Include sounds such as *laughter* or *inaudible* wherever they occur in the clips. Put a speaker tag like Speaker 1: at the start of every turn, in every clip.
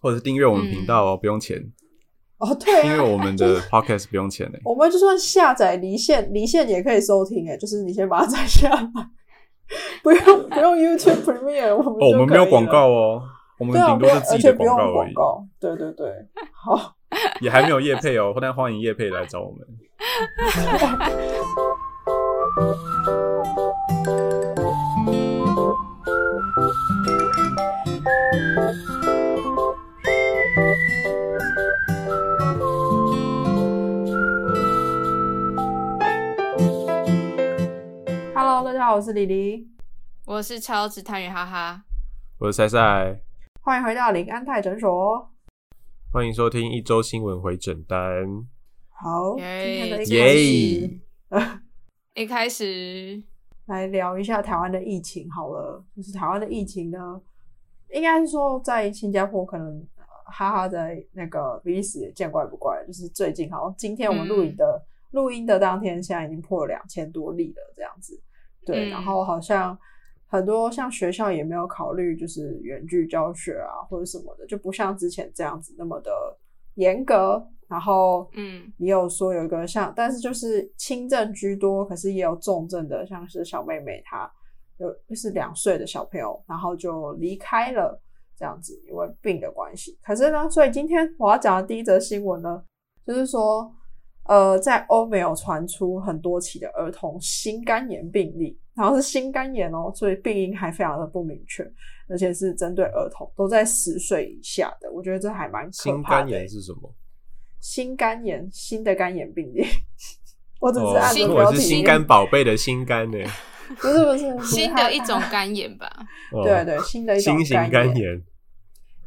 Speaker 1: 或者是订阅我们频道哦，
Speaker 2: 嗯
Speaker 1: 不用钱。
Speaker 2: 哦，对
Speaker 1: 订阅
Speaker 2: 啊，
Speaker 1: 我
Speaker 2: *laughs*
Speaker 1: 们的 podcast 不用钱欸嘞、
Speaker 2: 我们就算下载离线，离线也可以收听哎，就是你先把它载下来， *laughs* 不用不用 YouTube Premiere，我们
Speaker 1: 哦，我
Speaker 2: 就
Speaker 1: 们
Speaker 2: 可
Speaker 1: 没有
Speaker 2: 以
Speaker 1: 广
Speaker 2: 了
Speaker 1: 告哦，我们
Speaker 2: 对啊，
Speaker 1: 顶
Speaker 2: 不
Speaker 1: 多
Speaker 2: 用
Speaker 1: 是自
Speaker 2: 而
Speaker 1: 己
Speaker 2: 且
Speaker 1: 的
Speaker 2: 不用
Speaker 1: 广告而
Speaker 2: 广
Speaker 1: 已，
Speaker 2: 告，对对对，好，
Speaker 1: 也还没有叶配哦。但欢迎叶配来找我们。
Speaker 2: Hello，大家好，我是李黎，
Speaker 3: 我是超值探员哈哈，
Speaker 1: 我是赛赛，
Speaker 2: 欢迎回到林安泰诊所。
Speaker 1: 欢迎收听一周新闻回诊单。
Speaker 2: 好，今天的一
Speaker 1: 耶
Speaker 2: 开始
Speaker 3: 一开始
Speaker 2: 来聊一下台湾的疫情好了，就是台湾的疫情呢，应该是说在新加坡可能呃哈哈在那个比利时也见怪不怪，就是最近好像今天我们录影的录、音的当天，现在已经破了两千多例了这样子。对，
Speaker 3: 嗯
Speaker 2: 然后好像很多像学校也没有考虑就是远距教学啊或者什么的，就不像之前这样子那么的严格。然后，
Speaker 3: 嗯，
Speaker 2: 也有说有一个像，但是就是轻症居多，可是也有重症的，像是小妹妹她有就是两岁的小朋友，然后就离开了这样子，因为病的关系。可是呢，所以今天我要讲的第一则新闻呢，就是说，呃，在欧美有传出很多起的儿童心肝炎病例，然后是心肝炎哦，所以病因还非常的不明确，而且是针对儿童，都在十岁以下的，我觉得这还蛮可
Speaker 1: 新
Speaker 2: 怕
Speaker 1: 肝
Speaker 2: 的。
Speaker 1: 炎是什么？
Speaker 2: 新肝炎，新的肝炎病例。 *laughs* 我只是按
Speaker 3: 新
Speaker 2: 着
Speaker 1: 我
Speaker 2: 标
Speaker 1: 哦是
Speaker 2: 题
Speaker 1: 心
Speaker 2: 念，
Speaker 1: 肝宝贝的心肝呢、
Speaker 2: 不是不是不是
Speaker 3: 新
Speaker 2: 它
Speaker 3: 的一种肝炎吧，
Speaker 1: 哦
Speaker 2: *laughs* 对对，新的一种
Speaker 1: 新型肝炎。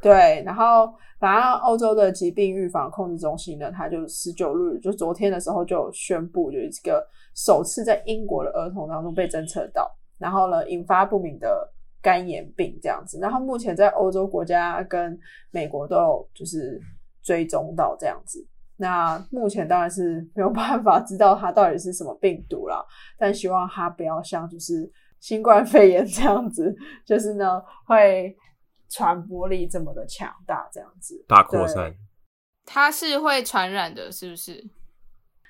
Speaker 2: 对，然后反正欧洲的疾病预防控制中心呢，它就十九日，就昨天的时候就有宣布，就是这个首次在英国的儿童当中被侦测到，然后呢引发不明的肝炎病这样子。然后目前在欧洲国家跟美国都有就是追踪到这样子。那目前当然是没有 *laughs* 办法知道它到底是什么病毒啦，但希望它不要像就是新冠肺炎这样子，就是呢会传播力这么的强大，这样子。
Speaker 1: 大扩散，
Speaker 3: 它是会传染的，是不是？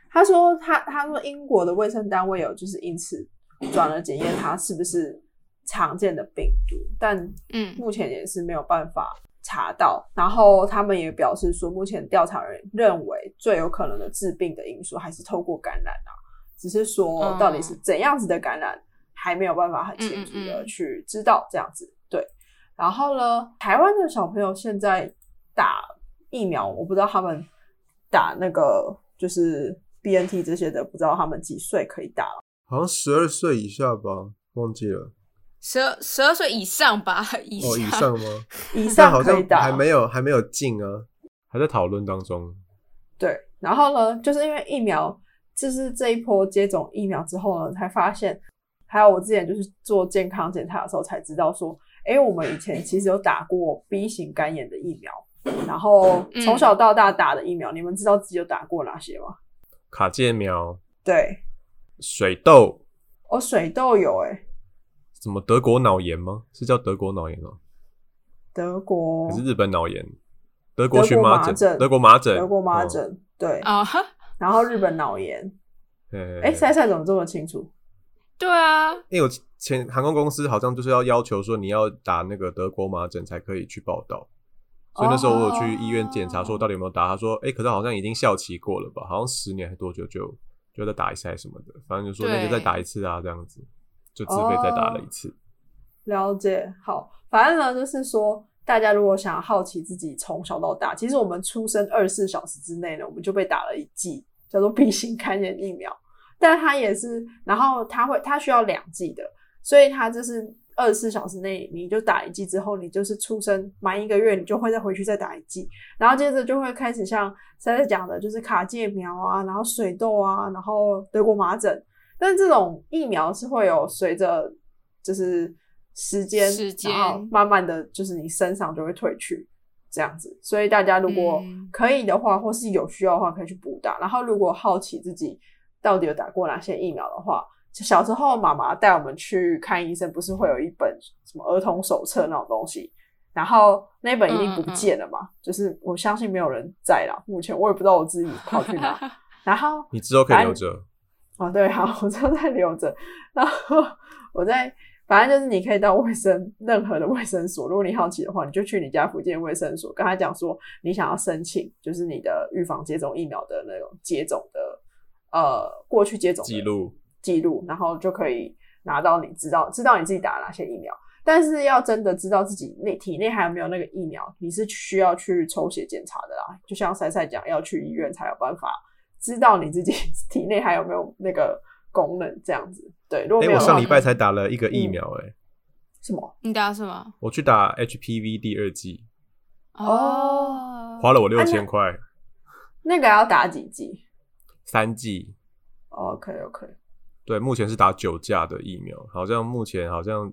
Speaker 2: 他说他他说英国的卫生单位有就是因此转而检验它是不是常见的病毒，但
Speaker 3: 嗯，
Speaker 2: 目前也是没有办法查到。然后他们也表示说，目前调查人认为最有可能的致病的因素还是透过感染啊，只是说
Speaker 3: 嗯
Speaker 2: 到底是怎样子的感染，还没有办法很清楚
Speaker 3: 嗯嗯
Speaker 2: 的
Speaker 3: 嗯
Speaker 2: 去知道这样子。对，然后呢，台湾的小朋友现在打疫苗，我不知道他们打那个就是 BNT 这些的，不知道他们几岁可以打了。
Speaker 1: 好像十二岁以下吧，忘记了。
Speaker 3: 十二十二岁以上吧， *laughs* 以
Speaker 1: 哦，以上吗？
Speaker 2: 以
Speaker 1: 但
Speaker 2: 上
Speaker 1: 好
Speaker 2: 可以
Speaker 1: 像
Speaker 2: 打，
Speaker 1: 还没有还没有进啊，还在讨论当中。
Speaker 2: 对，然后呢，就是因为疫苗，就是这一波接种疫苗之后呢，才发现，还有我之前就是做健康检查的时候才知道说，诶，我们以前其实有打过 B 型肝炎的疫苗，然后
Speaker 3: 嗯
Speaker 2: 从小到大打的疫苗，你们知道自己有打过哪些吗？
Speaker 1: 卡介苗、
Speaker 2: 对，
Speaker 1: 水痘，
Speaker 2: 哦，水痘有诶，
Speaker 1: 什么德国脑炎吗？是叫德国脑炎哦、
Speaker 2: 德国
Speaker 1: 还是日本脑炎？德国荨麻疹、
Speaker 2: 德
Speaker 1: 德国
Speaker 2: 国
Speaker 1: 麻疹、哦
Speaker 2: 德国麻疹，对，
Speaker 3: 啊、哈
Speaker 2: 然后日本脑炎，
Speaker 1: 嗯。
Speaker 2: 诶，
Speaker 1: 哎、
Speaker 2: 赛赛怎么这么清楚？
Speaker 3: 对啊，
Speaker 1: 因为我前航空公司好像就是要要求说你要打那个德国麻疹才可以去报道，所以那时候我有去医院检
Speaker 2: 哦
Speaker 1: 查说我到底有没有打，他说哎、诶可是好像已经效期过了吧，好像十年还多久就就再打一次还是什么的，反正就说那就
Speaker 3: 对
Speaker 1: 再打一次啊这样子，就自费再打了一次。
Speaker 2: 哦了解，好，反正呢，就是说，大家如果想好奇自己从小到大，其实我们出生二十四小时之内呢，我们就被打了一剂叫做 B 型肝炎疫苗，但它也是，然后它会它需要两剂的，所以它就是二十四小时内你就打一剂之后，你就是出生满一个月，你就会再回去再打一剂，然后接着就会开始像现在讲的，就是卡介苗啊，然后水痘啊，然后德国麻疹，但这种疫苗是会有随着就是时间，
Speaker 3: 时间
Speaker 2: 然后慢慢的就是你身上就会退去这样子，所以大家如果
Speaker 3: 嗯
Speaker 2: 可以的话，或是有需要的话，可以去补打。然后如果好奇自己到底有打过哪些疫苗的话，就小时候妈妈带我们去看医生，不是会有一本什么儿童手册那种东西，然后那本一定
Speaker 3: 嗯
Speaker 2: 不
Speaker 3: 嗯嗯
Speaker 2: 见了嘛，就是我相信没有人在了，目前我也不知道我自己跑去哪。
Speaker 3: 嗯
Speaker 2: *laughs* 然后
Speaker 1: 你之后可以留着。
Speaker 2: 哦，对，好， *laughs* 我就在留着，然后我在，反正就是你可以到卫生任何的卫生所，如果你好奇的话，你就去你家附近的卫生所，跟他讲说你想要申请，就是你的预防接种疫苗的那种接种的呃过去接种的
Speaker 1: 记录
Speaker 2: 记录，然后就可以拿到你知道知道你自己打了哪些疫苗。但是要真的知道自己内体内还有没有那个疫苗，你是需要去抽血检查的啦。就像赛赛讲，要去医院才有办法知道你自己 *laughs* 体内还有没有那个功能这样子。对，如果
Speaker 1: 哎、
Speaker 2: 没
Speaker 1: 我
Speaker 2: 有嗯的话，
Speaker 1: 上礼拜才打了一个疫苗、诶，哎、
Speaker 2: 什么？
Speaker 3: 你打什么？
Speaker 1: 我去打 HPV 第二剂，
Speaker 2: 哦
Speaker 1: 花了我六
Speaker 2: 啊那
Speaker 1: 千块，
Speaker 2: 那个要打几剂哦
Speaker 1: 三剂。
Speaker 2: ？OK OK，
Speaker 1: 对，目前是打九价的疫苗，好像目前好像，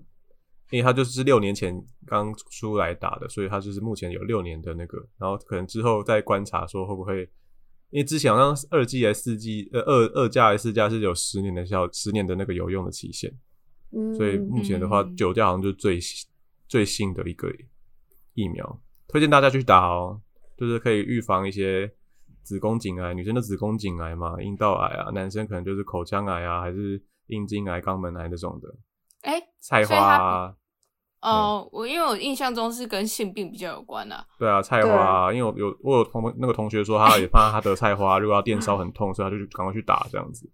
Speaker 1: 因为它就是六年前刚出来打的，所以它就是目前有六年的那个，然后可能之后再观察说会不会，因为之前好像二剂还是四剂，呃，二二价还是四价是有十年的效，十年的那个有用的期限，
Speaker 2: 嗯，
Speaker 1: 所以目前的话，
Speaker 3: 嗯
Speaker 1: 九价好像就是最最新的一个疫苗，推荐大家去打哦，就是可以预防一些子宫颈癌，女生的子宫颈癌嘛，阴道癌啊，男生可能就是口腔癌啊，还是阴茎癌、肛门癌这种的，
Speaker 3: 哎、
Speaker 1: 菜花啊，
Speaker 3: 哦，我因为我印象中是跟性病比较有关啊。
Speaker 1: 对啊，菜花啊，因为我有我有同那个同学说，他也怕他得菜花，如果要电烧很痛，所以他就赶快去打这样子。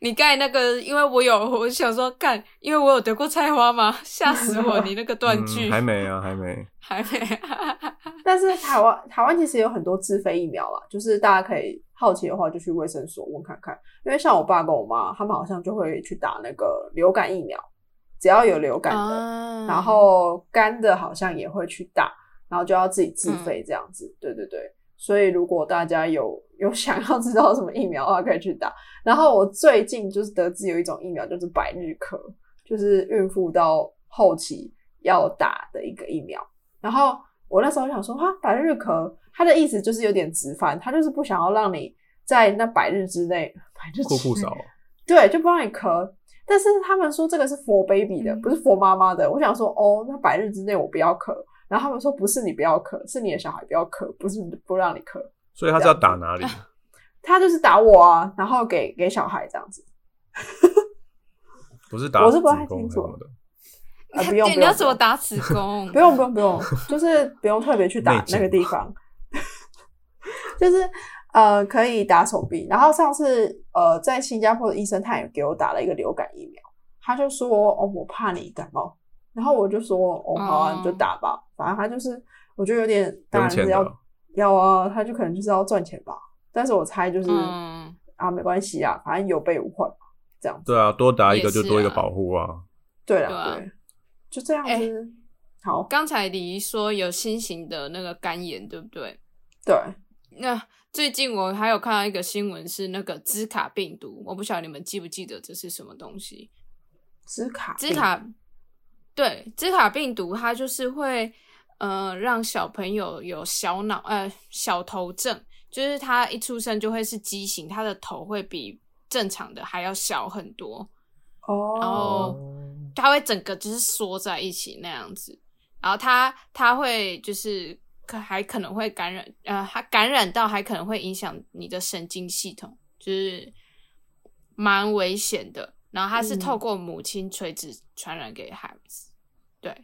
Speaker 3: 你刚才那个，因为我有，我想说干，因为我有得过菜花吗？吓死
Speaker 2: *laughs*
Speaker 3: 我！你那个 *laughs* 断句、
Speaker 1: 嗯还没啊，还没。
Speaker 3: 还
Speaker 2: *laughs*
Speaker 3: 没，
Speaker 2: 但是台湾台湾其实有很多自费疫苗啦，就是大家可以好奇的话就去卫生所问看看，因为像我爸跟我妈他们好像就会去打那个流感疫苗，只要有流感的，
Speaker 3: 啊
Speaker 2: 然后干的好像也会去打，然后就要自己自费这样子。对对对，所以如果大家有 *laughs* 有想要知道什么疫苗的话，可以去打。然后我最近就是得知有一种疫苗就是百日咳，就是孕妇到后期要打的一个疫苗。然后我那时候想说，哈，百日咳，它的意思就是有点直翻，它就是不想要让你在那百日之内， *laughs* 百日之
Speaker 1: 酷哦酷
Speaker 2: 内
Speaker 1: 嫂，
Speaker 2: 对，就不让你咳。但是他们说这个是 for baby 的，
Speaker 3: 嗯
Speaker 2: 不是 for 妈妈的。我想说，哦，那百日之内我不要咳。然后他们说，不是你不要咳，是你的小孩不要咳，不是不让你咳。
Speaker 1: 所以他是要打哪里？
Speaker 2: 他就是打我啊，然后给给小孩这样子。
Speaker 1: 不是打
Speaker 2: 我
Speaker 1: 子
Speaker 2: 是不太
Speaker 1: 宫
Speaker 2: 清
Speaker 1: 还是
Speaker 2: 楚
Speaker 1: 什么的，
Speaker 3: *laughs*
Speaker 2: 啊不用
Speaker 3: 你
Speaker 2: 不用
Speaker 3: 要怎么打子宫？
Speaker 2: *laughs* 不用不用不用，就是不用特别去
Speaker 1: 内
Speaker 2: 打
Speaker 1: 诊
Speaker 2: 那个地方， *laughs* 就是呃可以打手臂。然后上次呃在新加坡的医生他也给我打了一个流感疫苗，他就说哦我怕你感冒，然后我就说哦好啊
Speaker 3: 哦
Speaker 2: 你就打吧，反正他就是我觉得有点
Speaker 1: 不
Speaker 2: 当
Speaker 1: 用
Speaker 2: 然
Speaker 1: 钱
Speaker 2: 是
Speaker 1: 的
Speaker 2: 要
Speaker 1: 哦。
Speaker 2: 要啊，他就可能就是要赚钱吧，但是我猜就是、
Speaker 3: 嗯，
Speaker 2: 啊没关系啊，反正有备无患嘛这样子。
Speaker 1: 对啊，多打一个
Speaker 3: 也是
Speaker 1: 就多一个
Speaker 3: 啊
Speaker 1: 保护啊。
Speaker 2: 对了
Speaker 3: 对啊
Speaker 2: 对，就这样子。
Speaker 3: 哎
Speaker 2: 好，
Speaker 3: 刚才李怡说有新型的那个肝炎，对不对？
Speaker 2: 对，
Speaker 3: 那最近我还有看到一个新闻是那个兹卡病毒，我不晓得你们记不记得这是什么东西？
Speaker 2: 兹卡
Speaker 3: 兹
Speaker 2: 病
Speaker 3: 卡，对，兹卡病毒它就是会呃让小朋友有小脑呃小头症，就是他一出生就会是畸形，他的头会比正常的还要小很多，
Speaker 2: 哦，
Speaker 3: 然后他会整个就是缩在一起那样子，然后他他会就是可还可能会感染呃，还感染到还可能会影响你的神经系统，就是蛮危险的。然后它是
Speaker 2: 嗯
Speaker 3: 透过母亲垂直传染给孩子，对，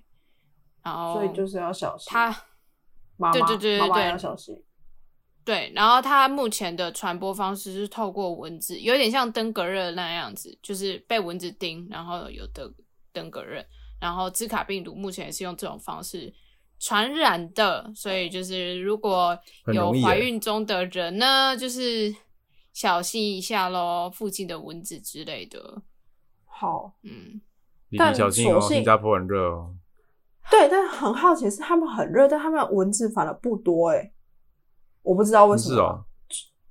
Speaker 3: 然后
Speaker 2: 所以就是要小心。
Speaker 3: 哦他
Speaker 2: 妈妈，
Speaker 3: 对对对对
Speaker 2: 妈妈
Speaker 3: 对
Speaker 2: 要小心。
Speaker 3: 对，然后它目前的传播方式是透过蚊子，有点像登革热那样子，就是被蚊子叮，然后有得登革热。然后兹卡病毒目前也是用这种方式传染的，所以就是如果
Speaker 1: 很
Speaker 3: 有
Speaker 1: 容易
Speaker 3: 怀
Speaker 1: 耶
Speaker 3: 孕中的人呢，就是小心一下喽，附近的蚊子之类的。
Speaker 2: 好，
Speaker 3: 嗯，
Speaker 1: 你
Speaker 2: 但
Speaker 1: 小心哦，
Speaker 2: 索性
Speaker 1: 新加坡很热哦。
Speaker 2: 对，但很好奇的是他们很热，但他们蚊子反而不多哎、我不知道为什么。
Speaker 1: 是哦，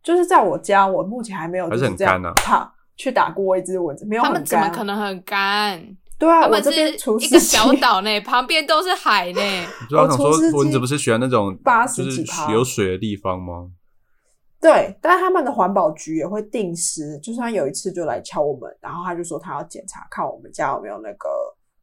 Speaker 2: 就是在我家，我目前还没有
Speaker 1: 还
Speaker 2: 就是是
Speaker 1: 很
Speaker 2: 这样
Speaker 1: 干啊
Speaker 2: 啪、去打过一只蚊子，没有
Speaker 3: 他
Speaker 2: 很干、啊
Speaker 3: 们怎么可？能很干？
Speaker 2: 对啊，
Speaker 3: 他
Speaker 2: 我
Speaker 3: 们
Speaker 2: 这
Speaker 3: 是
Speaker 2: 边除
Speaker 3: 一个
Speaker 2: 湿机
Speaker 3: 小，岛呢，旁边都是海呢。
Speaker 1: 我知道想
Speaker 2: 哦除湿
Speaker 1: 说，
Speaker 2: 机
Speaker 1: 蚊子不是喜欢那种
Speaker 2: 80
Speaker 1: 就是
Speaker 2: 几趴
Speaker 1: 有水的地方吗？
Speaker 2: 对，但是他们的环保局也会定时，就是他有一次就来敲我们，然后他就说他要检查看我们家有没有那个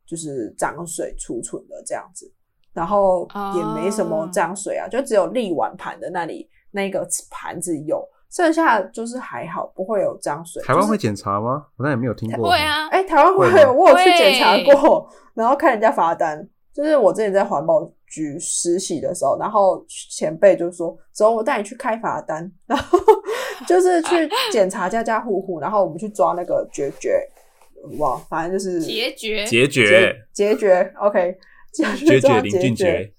Speaker 2: 就是脏水储存的这样子，然后也没什
Speaker 1: 哦
Speaker 2: 么脏水啊，就只有立碗盘的那里那个盘子有，剩下就是还好，不会有脏水。
Speaker 1: 台湾
Speaker 2: 就是
Speaker 1: 会检查吗？我那也没有 *laughs* 听过。
Speaker 3: 会，
Speaker 1: *laughs*
Speaker 3: 啊，
Speaker 2: 哎、台湾会
Speaker 1: 会吗
Speaker 2: 有，我有去检查
Speaker 3: 会
Speaker 2: 过，然后看人家罚单。就是我之前在环保局实习的时候，然后前辈就说：“走，我带你去开罚单。”然后 *laughs* 就是去检查家家户户，然后我们去抓那个决绝，哇，反正就是
Speaker 3: 结决
Speaker 1: 解
Speaker 2: 决
Speaker 1: 决
Speaker 2: 决绝，OK，
Speaker 1: 解
Speaker 2: *laughs* 啊决
Speaker 1: 决林俊杰，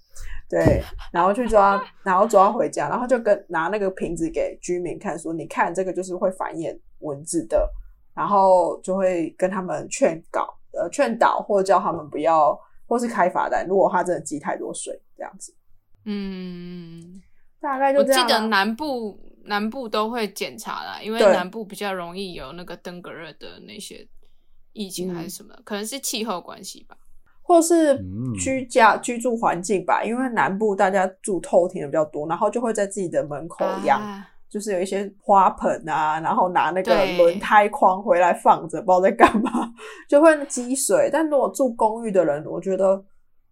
Speaker 2: 对，然后去抓，然后抓回家，然后就跟拿那个瓶子给居民看，说你看这个就是会繁衍蚊子的，然后就会跟他们劝告，呃，劝导或者叫他们不要，或是开罚单，如果他真的积太多水这样子，
Speaker 3: 嗯，
Speaker 2: 大概
Speaker 3: 我
Speaker 2: 就这
Speaker 3: 记
Speaker 2: 样啦。啊
Speaker 3: 得南部南部都会检查啦，因为
Speaker 2: 对
Speaker 3: 南部比较容易有那个登革热的那些疫情
Speaker 2: 嗯
Speaker 3: 还是什么，可能是气候关系吧。
Speaker 2: 或是
Speaker 1: 嗯
Speaker 2: 居家、居住环境吧，因为南部大家住透天的比较多，然后就会在自己的门口养
Speaker 3: 啊
Speaker 2: 就是有一些花盆啊，然后拿那个
Speaker 3: 对
Speaker 2: 轮胎框回来放着，不知道在干嘛， *laughs* 就会积水。但如果住公寓的人，我觉得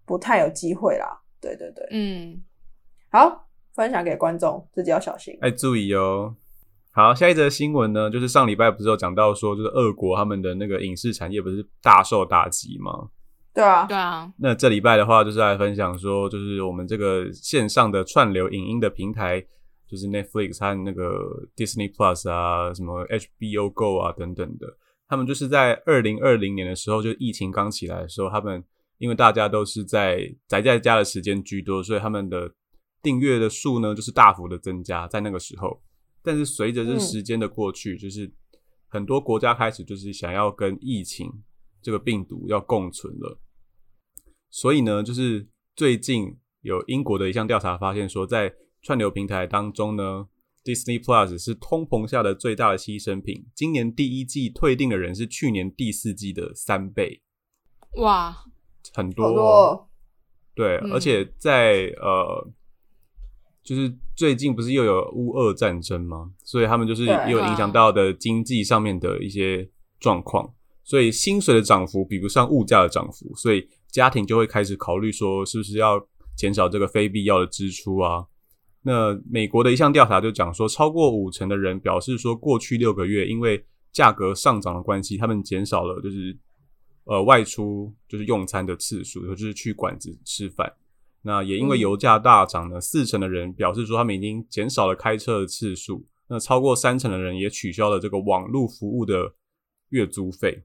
Speaker 2: 不太有机会啦。对对对，
Speaker 3: 嗯，
Speaker 2: 好，分享给观众，自己要小心。
Speaker 1: 哎，注意哦。好，下一则新闻呢，就是上礼拜不是有讲到说，就是俄国他们的那个影视产业不是大受打击吗？
Speaker 2: 对啊，
Speaker 3: 对啊，
Speaker 1: 那这礼拜的话，就是来分享说，就是我们这个线上的串流影音的平台，就是 Netflix 和那个 Disney Plus 啊，什么 HBO Go 啊等等的，他们就是在二零二零年的时候，就疫情刚起来的时候，他们因为大家都是在宅在家的时间居多，所以他们的订阅的数呢，就是大幅的增加，在那个时候。但是随着这
Speaker 2: 嗯
Speaker 1: 时间的过去，就是很多国家开始就是想要跟疫情这个病毒要共存了。所以呢，就是最近有英国的一项调查发现说，在串流平台当中呢，Disney Plus 是通膨下的最大的牺牲品。今年第一季退订的人是去年第四季的三倍，
Speaker 3: 哇，
Speaker 1: 很多
Speaker 2: 好
Speaker 1: 哦、
Speaker 2: 多哦
Speaker 1: 对，
Speaker 3: 嗯
Speaker 1: 而且在呃，就是最近不是又有乌俄战争吗？所以他们就是
Speaker 2: 对
Speaker 1: 也有影响
Speaker 3: 哇
Speaker 1: 到的经济上面的一些状况，所以薪水的涨幅比不上物价的涨幅，所以家庭就会开始考虑说，是不是要减少这个非必要的支出啊？那美国的一项调查就讲说，超过五成的人表示说，过去六个月因为价格上涨的关系，他们减少了就是呃外出就是用餐的次数，就是去馆子吃饭。那也因为
Speaker 2: 嗯
Speaker 1: 油价大涨呢，四成的人表示说他们已经减少了开车的次数，那超过三成的人也取消了这个网络服务的月租费，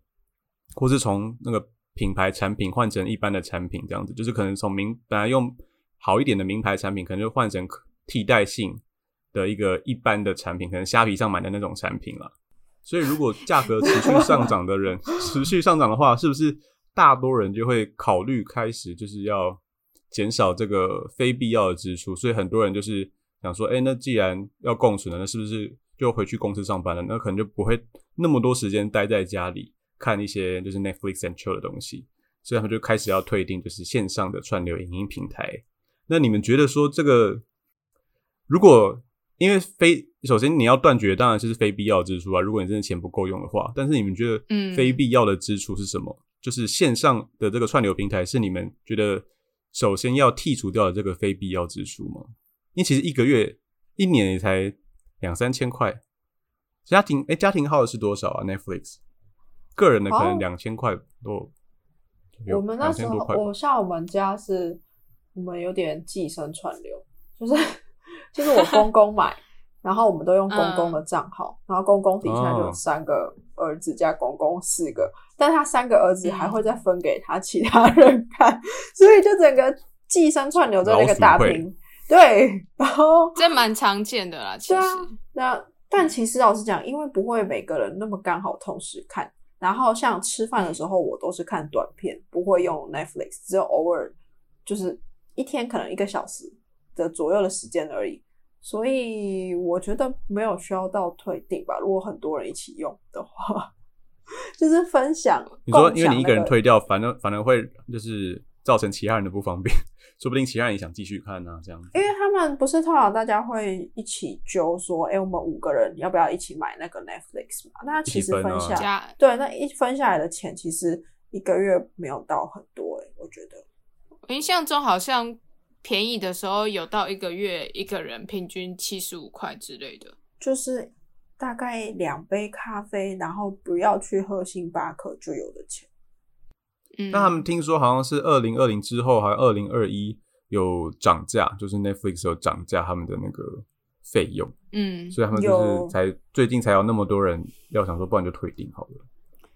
Speaker 1: 或是从那个品牌产品换成一般的产品这样子，就是可能从名本来用好一点的名牌产品，可能就换成可替代性的一个一般的产品，可能虾皮上买的那种产品啦。所以如果价格持续上涨的人持续上涨的话，是不是大多人就会考虑开始就是要减少这个非必要的支出？所以很多人就是想说，哎、那既然要共存了，那是不是就回去公司上班了？那可能就不会那么多时间待在家里看一些就是 Netflix and chill 的东西，所以他们就开始要退订就是线上的串流影音平台。那你们觉得说这个，如果因为非首先你要断绝，当然就是非必要支出啊。如果你真的钱不够用的话，但是你们觉得，
Speaker 3: 嗯
Speaker 1: 非必要的支出是什么？就是线上的这个串流平台是你们觉得首先要剔除掉的这个非必要支出吗？因为其实一个月、一年也才两三千块，家庭哎、家庭号的是多少啊？Netflix 个人的可能
Speaker 2: 哦
Speaker 1: 两千块多，有
Speaker 2: 我们那时
Speaker 1: 2000
Speaker 2: 候
Speaker 1: 多块，吧
Speaker 2: 我像我们家是，我们有点寄生串流，就是就是我公公买，然后我们都用公公的账号，然后公公底下就
Speaker 1: 嗯哦
Speaker 2: 有三个儿子加公公四个，但他三个儿子还
Speaker 1: 嗯
Speaker 2: 会再分给他其他人看，所以就整个寄生串流在那个大
Speaker 1: 老鼠会
Speaker 2: 屏，对，然后
Speaker 3: 这蛮常见的啦，其
Speaker 2: 对
Speaker 3: 实
Speaker 2: 啊，那但其实老实讲，因为不会每个人那么刚好同时看，然后像吃饭的时候，我都是看短片，不会用 Netflix，只有偶尔就是一天可能一个小时的左右的时间而已。所以我觉得没有需要到退订吧。如果很多人一起用的话， *laughs* 就是分享。
Speaker 1: 你说，
Speaker 2: 共
Speaker 1: 因为
Speaker 2: 享
Speaker 1: 你一个人
Speaker 2: 那
Speaker 1: 退掉，反而反而会就是造成其他人的不方便， *laughs* 说不定其他人也想继续看啊，这样子。
Speaker 2: 因为他们不是通常大家会一起揪说，哎、我们五个人要不要一起买那个 Netflix 嘛？那其实
Speaker 1: 一起分啊
Speaker 2: 分享
Speaker 3: 加
Speaker 2: 对，那一分下来的钱其实一个月没有到很多哎、欸，我觉得
Speaker 3: 我印象中好像便宜的时候有到一个月一个人平均七十五块之类的。
Speaker 2: 就是大概两杯咖啡，然后不要去喝星巴克就有的钱。
Speaker 3: 嗯，
Speaker 1: 那他们听说好像是二零二零之后，还有二零二一有涨价，就是 Netflix 有涨价他们的那个费用，
Speaker 3: 嗯，
Speaker 1: 所以他们就
Speaker 2: 有
Speaker 1: 是才最近才有那么多人要想说，不然就退订好了。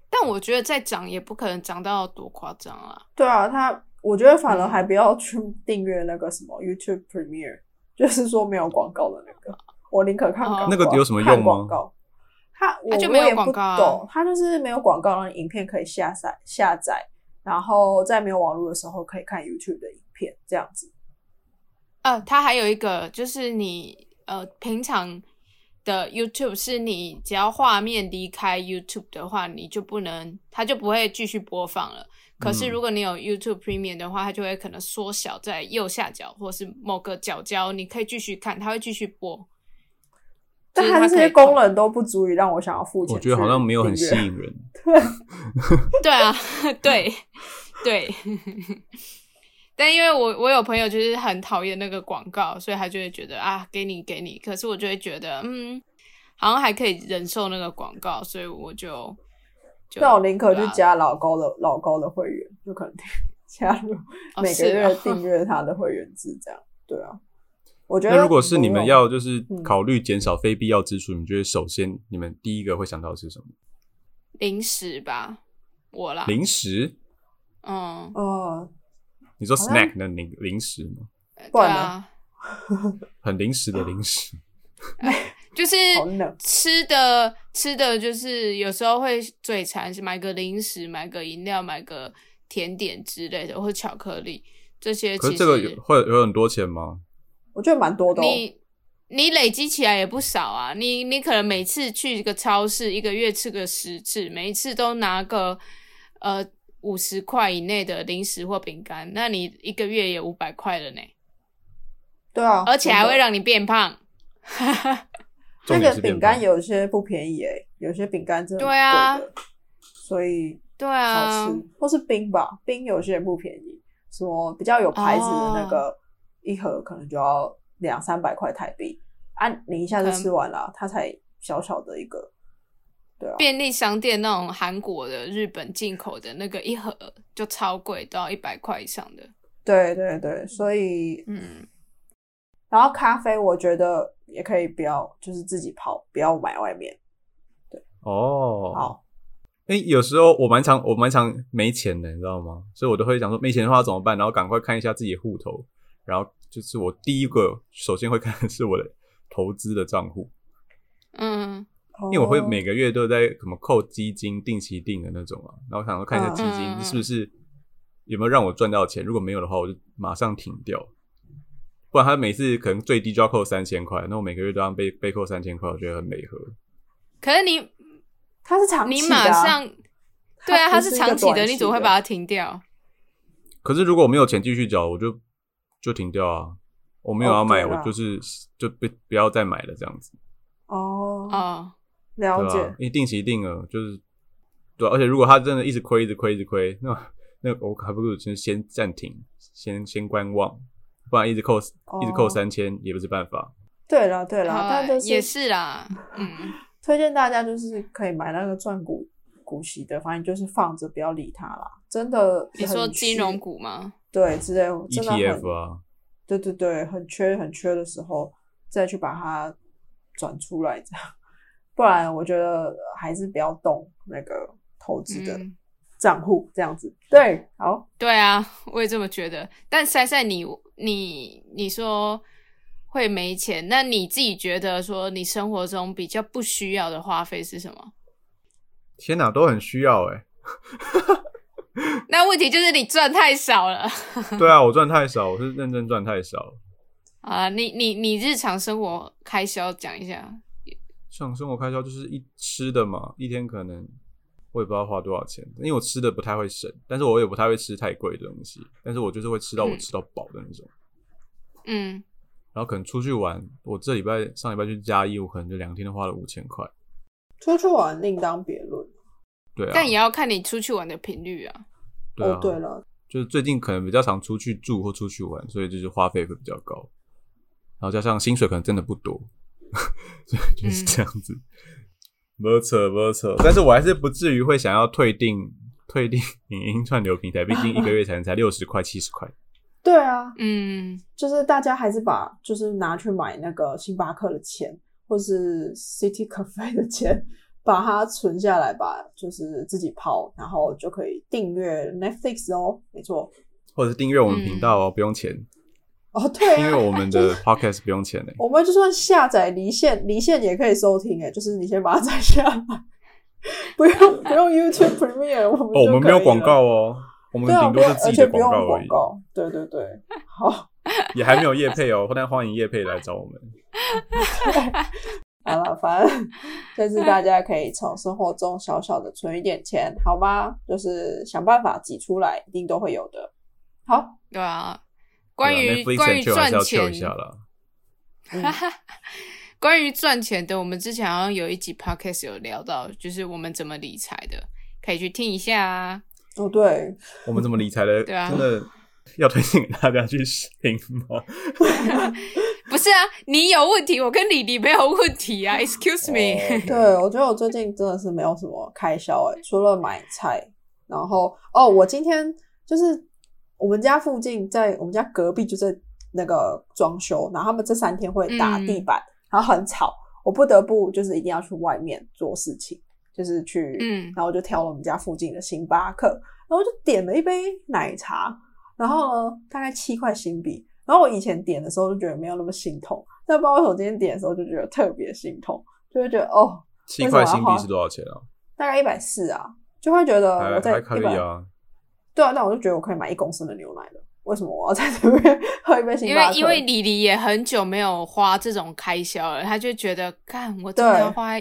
Speaker 3: 但我觉得再涨也不可能涨到多夸张啊。
Speaker 2: 对啊，他我觉得反而还不要去 *laughs* 订阅那个什么 YouTube Premiere，就是说没有广告的那个，我宁可看
Speaker 3: 哦
Speaker 2: 广
Speaker 1: 那
Speaker 2: 告、
Speaker 1: 个有什么用吗
Speaker 2: 看广告，它我
Speaker 3: 它就没有
Speaker 2: 我也不
Speaker 3: 广告啊
Speaker 2: 懂，它就是没有广告，让影片可以下载下载，然后在没有网络的时候可以看 YouTube 的影片，这样子。
Speaker 3: 呃，它还有一个就是你呃平常的 YouTube 是你只要画面离开 YouTube 的话，你就不能，它就不会继续播放了。可是
Speaker 1: 嗯
Speaker 3: 如果你有 YouTube Premium 的话，它就会可能缩小在右下角或是某个角角，你可以继续看，它会继续播。
Speaker 2: 但
Speaker 3: 就是
Speaker 2: 它这
Speaker 3: 可
Speaker 2: 些
Speaker 3: 以控
Speaker 2: 功能都不足以让我想要付钱。
Speaker 1: 我觉得好像没有很吸。引人。
Speaker 3: *laughs* 对啊，对对。但因为我我有朋友就是很讨厌那个广告，所以他就会觉得啊，给你给你。可是我就会觉得，嗯，好像还可以忍受那个广告，所以我就就
Speaker 2: 那我宁可去
Speaker 3: 对啊
Speaker 2: 加老高的老高的会员，就可能 *laughs* 加入
Speaker 3: 哦
Speaker 2: 每
Speaker 3: 是
Speaker 2: 个月
Speaker 3: 啊
Speaker 2: 订阅他的会员制，这样对啊。我觉得
Speaker 1: 那如果是你们
Speaker 2: 不用
Speaker 1: 要就是
Speaker 2: 嗯
Speaker 1: 考虑减少非必要支出，你们觉得首先你们第一个会想到的是什么？
Speaker 2: 嗯
Speaker 3: 零食吧，我啦，
Speaker 1: 零食？
Speaker 3: 嗯，
Speaker 2: 呃，
Speaker 1: 你说
Speaker 2: 好像
Speaker 1: snack 的零零食吗？
Speaker 3: 对
Speaker 2: 不然呢
Speaker 3: 啊，
Speaker 1: 很零食
Speaker 2: 嗯
Speaker 1: 的零食。
Speaker 3: 就是
Speaker 2: 好冷
Speaker 3: 吃的吃的，就是有时候会嘴馋，是买个零食，买个饮料，买个甜点之类的，或巧克力这些。
Speaker 1: 可
Speaker 3: 其
Speaker 1: 是
Speaker 3: 实
Speaker 1: 这个有会有有很多钱吗？
Speaker 2: 我觉得蛮多的、哦。
Speaker 3: 你你累积起来也不少啊，你你可能每次去一个超市，一个月吃个十次，每一次都拿个呃五十块以内的零食或饼干，那你一个月也五百块了呢，
Speaker 2: 对啊，
Speaker 3: 而且还会
Speaker 2: 真的
Speaker 3: 让你变胖。
Speaker 1: 重
Speaker 2: 那
Speaker 1: 点
Speaker 2: 个
Speaker 1: 是变
Speaker 2: 饼干
Speaker 1: 胖
Speaker 2: 有些不便宜诶、欸有些饼干真的很
Speaker 3: 对啊
Speaker 2: 贵的，所以
Speaker 3: 对
Speaker 2: 少
Speaker 3: 啊
Speaker 2: 吃、，嗯或是冰吧，冰有些也不便宜，什么比较有牌子的那个、
Speaker 3: 哦
Speaker 2: 一盒可能就要两三百块台币啊，你一下就
Speaker 3: 嗯
Speaker 2: 吃完了，它才小小的一个，对啊，
Speaker 3: 便利商店那种韩国的、日本进口的那个一盒就超贵，都要一百块以上的。
Speaker 2: 对对对，所以
Speaker 3: 嗯，
Speaker 2: 然后咖啡我觉得也可以不要，就是自己泡，不要买外面，
Speaker 1: 哦。
Speaker 2: 好，
Speaker 1: 哎、有时候我蛮常我蛮常没钱的，你知道吗？所以我都会想说没钱的话怎么办，然后赶快看一下自己的户头，然后就是我第一个首先会看的是我的投资的账户，
Speaker 3: 嗯，
Speaker 1: 因为我会
Speaker 2: 哦
Speaker 1: 每个月都在什么扣基金、定期定的那种啊，然后想要看一下基
Speaker 3: 嗯
Speaker 1: 金是不是有没有让我赚到钱，如果没有的话，我就马上停掉。不然他每次可能最低就要扣三千块，那我每个月都要被被扣三千块，我觉得很美和。
Speaker 3: 可是你
Speaker 2: 它是长期
Speaker 3: 你
Speaker 2: 的啊、
Speaker 3: 马上，对啊，它
Speaker 2: 它不
Speaker 3: 是
Speaker 2: 是一个
Speaker 3: 长期的，
Speaker 2: 短
Speaker 3: 你
Speaker 2: 期
Speaker 3: 怎么会
Speaker 2: 的
Speaker 3: 把它停掉？
Speaker 1: 可是如果我没有钱继续缴，我就就停掉啊，我没有
Speaker 2: 哦
Speaker 1: 要买，
Speaker 2: 对啦
Speaker 1: 我就是就不不要再买了这样子，
Speaker 2: 哦，
Speaker 3: 哦，
Speaker 2: 了
Speaker 1: 对
Speaker 2: 解，
Speaker 1: 吧、因为定期定额就是对啊、而且如果他真的一直亏，一直亏，一直亏，那那我还不如就是先暂停，先先观望，不然一直扣一直扣
Speaker 2: 哦
Speaker 1: 三千也不是办法。
Speaker 2: 对了对了，
Speaker 3: 好啊
Speaker 2: 但就是
Speaker 3: 也是啦，嗯，
Speaker 2: 推荐大家就是可以买那个赚股股息的，反正就是放着不要理它啦。真的，
Speaker 3: 你说金融股吗？
Speaker 2: 对之类，真的很
Speaker 1: ETF 啊，
Speaker 2: 对对对，很缺很缺的时候再去把它转出来，这样，不然我觉得还是不要动那个投资的
Speaker 3: 嗯，
Speaker 2: 账户，这样子。对，好，
Speaker 3: 对啊，我也这么觉得。但塞塞你，你你说会没钱，那你自己觉得说你生活中比较不需要的花费是什么？ *laughs*
Speaker 1: 天哪，都很需要哎、
Speaker 3: 那问题就是你赚太少了
Speaker 1: *laughs* 对啊，我赚太少，我是认真赚太少。
Speaker 3: 啊！你你你日常生活开销讲一下，
Speaker 1: 像生活开销就是一吃的嘛，一天可能我也不知道花多少钱，因为我吃的不太会省，但是我也不太会吃太贵的东西，但是我就是会吃到我
Speaker 3: 嗯
Speaker 1: 吃到饱的那种。
Speaker 3: 嗯，
Speaker 1: 然后可能出去玩，我这礼拜上礼拜去嘉义，我可能就两天都花了五千块。
Speaker 2: 出去玩另当别论。
Speaker 1: 对啊，
Speaker 3: 但也要看你出去玩的频率啊。
Speaker 1: 对啊
Speaker 2: 哦，，对了，
Speaker 1: 就是最近可能比较常出去住或出去玩，所以就是花费会比较高，然后加上薪水可能真的不多，所以
Speaker 2: 嗯
Speaker 1: 就是这样子。没错没错，但是我还是不至于会想要退订退订影音串流平台，毕竟一个月才才六十块七十块。
Speaker 2: 对啊，
Speaker 3: 嗯，
Speaker 2: 就是大家还是把就是拿去买那个星巴克的钱，或是 City Cafe 的钱，把它存下来吧，就是自己抛，然后就可以订阅 Netflix 哦，没错。
Speaker 1: 或者是订阅我们频道
Speaker 2: 嗯
Speaker 1: 哦，不用钱，
Speaker 2: 哦，对
Speaker 1: 订阅
Speaker 2: 啊，
Speaker 1: 我们的 podcast 不用钱欸嘞、
Speaker 2: 我们就算下载离线，离线也可以收听诶，就是你先把它载下来，
Speaker 1: *laughs*
Speaker 2: 不用不用 YouTube *laughs* Premiere，我们
Speaker 1: 哦，我们
Speaker 2: 就
Speaker 1: 没有
Speaker 2: 可以
Speaker 1: 广
Speaker 2: 了，
Speaker 1: 告哦，我们
Speaker 2: 对啊，
Speaker 1: 顶
Speaker 2: 不
Speaker 1: 多
Speaker 2: 用
Speaker 1: 是自
Speaker 2: 而
Speaker 1: 己
Speaker 2: 且
Speaker 1: 的
Speaker 2: 不用
Speaker 1: 广告而
Speaker 2: 广
Speaker 1: 已，
Speaker 2: 告，对对对，好。
Speaker 1: 也还没有叶配哦，但欢迎叶配来找我
Speaker 3: *laughs*
Speaker 1: 们。啊
Speaker 2: 好了，反正就是大家可以从生活中小小的存一点钱，好吗？就是想办法挤出来，一定都会有的。好，
Speaker 3: 对啊。关
Speaker 1: 对啊
Speaker 3: 于
Speaker 1: Netflix
Speaker 3: 关
Speaker 1: and
Speaker 3: 于
Speaker 1: chill 还
Speaker 3: 赚
Speaker 1: 是要 chill
Speaker 3: 钱
Speaker 1: 一，下啦。
Speaker 2: 嗯
Speaker 3: 关于赚钱的，我们之前好像有一集 podcast 有聊到，就是我们怎么理财的，可以去听一下啊。
Speaker 2: 哦对，
Speaker 1: 我们怎么理财的？
Speaker 3: *laughs* 对啊
Speaker 1: 真的要推荐给大家去哦听
Speaker 2: *laughs*
Speaker 1: 吗？
Speaker 3: 不是啊， *laughs* 你有问题，我跟李黎没有问题
Speaker 2: *laughs*
Speaker 3: 啊。Excuse me，、 *laughs*
Speaker 1: 哦
Speaker 2: 对我觉得我最近真的是没有什么开销哎、除了买菜，然后哦，我今天就是我们家附近在我们家隔壁就在那个装修，然后他们这三天会打地板，然后很吵，我不得不就是一定要去外面做事情，就是去
Speaker 3: 嗯
Speaker 2: 然后我就挑了我们家附近的星巴克，然后就点了一杯奶茶，
Speaker 3: 嗯
Speaker 2: 然后呢大概七块新币。然后我以前点的时候就觉得没有那么心痛，但不知道为什么今天点的时候就觉得特别心痛，就会觉得哦，
Speaker 1: 七块新币是多少钱啊？
Speaker 2: 大概一百四啊，就会觉得
Speaker 1: 还
Speaker 2: 我在
Speaker 1: 还可
Speaker 2: 一
Speaker 1: 以
Speaker 2: 百、
Speaker 1: 啊。
Speaker 2: 对啊，那我就觉得我可以买一公升的牛奶了。为什么我要在这边 *laughs* 喝一杯
Speaker 3: *laughs*
Speaker 2: 星
Speaker 3: 因为
Speaker 2: 巴克？
Speaker 3: 因为李黎也很久没有花这种开销了，他就觉得，干我真的
Speaker 2: 对
Speaker 3: 要花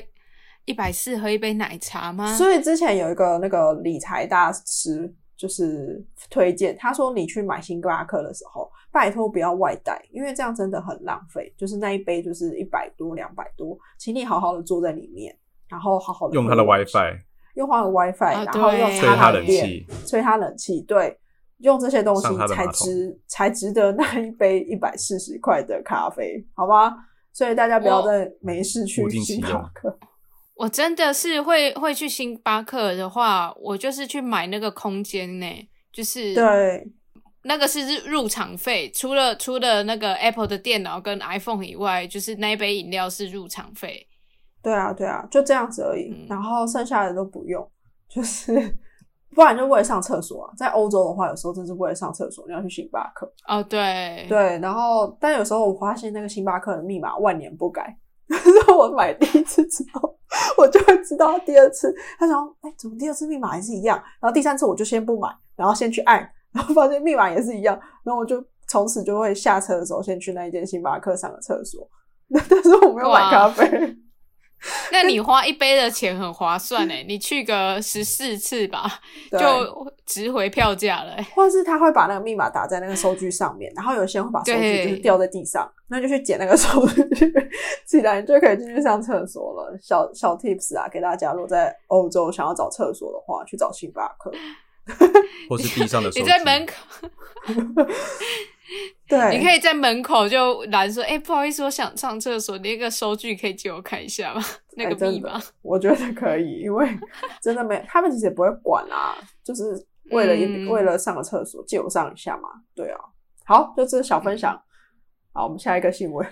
Speaker 3: 一百四喝一杯奶茶吗？
Speaker 2: 所以之前有一个那个理财大师就是推荐，他说你去买星巴克的时候，拜托不要外带，因为这样真的很浪费。就是那一杯就是一百多、两百多，请你好好的坐在里面，然后好好的
Speaker 1: 用它的 WiFi，
Speaker 2: 用它的 WiFi，、
Speaker 3: 啊
Speaker 2: 然后用
Speaker 3: 对
Speaker 1: 吹它
Speaker 2: 的
Speaker 1: 冷
Speaker 2: 电， *laughs*
Speaker 1: 气，
Speaker 2: 吹它冷气，对，用这些东西
Speaker 1: 上它的马
Speaker 2: 才
Speaker 1: 桶
Speaker 2: 值才值得那一杯一百四十块的咖啡，好吗？所以大家不要
Speaker 3: 我
Speaker 2: 再没事去
Speaker 1: 物尽
Speaker 2: 星
Speaker 1: 其
Speaker 2: 巴
Speaker 1: 用
Speaker 2: 克。
Speaker 3: 我真的是会会去星巴克的话，我就是去买那个空间呢，就是
Speaker 2: 对，
Speaker 3: 那个是入入场费，除了除了那个 Apple 的电脑跟 iPhone 以外，就是那一杯饮料是入场费。
Speaker 2: 对啊，对啊，就这样子而已。
Speaker 3: 嗯
Speaker 2: 然后剩下的都不用，就是不然就为了上厕所啊。在欧洲的话，有时候真是为了上厕所，你要去星巴克。
Speaker 3: 哦，对，
Speaker 2: 对，然后但有时候我发现那个星巴克的密码万年不改， *laughs* 就是我买第一次之后，我就会知道第二次。他想说，哎、怎么第二次密码还是一样？然后第三次我就先不买，然后先去按， *laughs* 然后发现密码也是一样，然后我就从此就会下车的时候先去那一间星巴克上个厕所。 *laughs* 但是我没有买
Speaker 3: 哇
Speaker 2: 咖啡。
Speaker 3: 那你花一杯的钱很划算诶， *laughs* 你去个十四次吧，*laughs*
Speaker 2: 对
Speaker 3: 就值回票价了欸诶。
Speaker 2: 或者是他会把那个密码打在那个收据上面，然后有些人会把收据就是
Speaker 3: 对
Speaker 2: 掉在地上，那就去捡那个 *laughs* 收据，起来你就可以进去上厕所了。小小 tips 啊，给大家，如果在欧洲想要找厕所的话，去找星巴克。
Speaker 1: 或是地上的手
Speaker 3: *laughs* 你
Speaker 1: 机。
Speaker 3: 在门口，
Speaker 2: 对，
Speaker 3: 你可以在门口就拦说，哎、不好意思，我想上厕所，你那个收据可以借我看一下吗？那
Speaker 2: 哎
Speaker 3: 个密
Speaker 2: 真的
Speaker 3: 码。
Speaker 2: 我觉得可以，因为真的没，他们其实也不会管啊，就是为了一、
Speaker 3: 嗯
Speaker 2: 为了上个厕所借我上一下嘛。对啊，好，就这是小分
Speaker 3: 嗯
Speaker 2: 享。好，我们下一个新闻。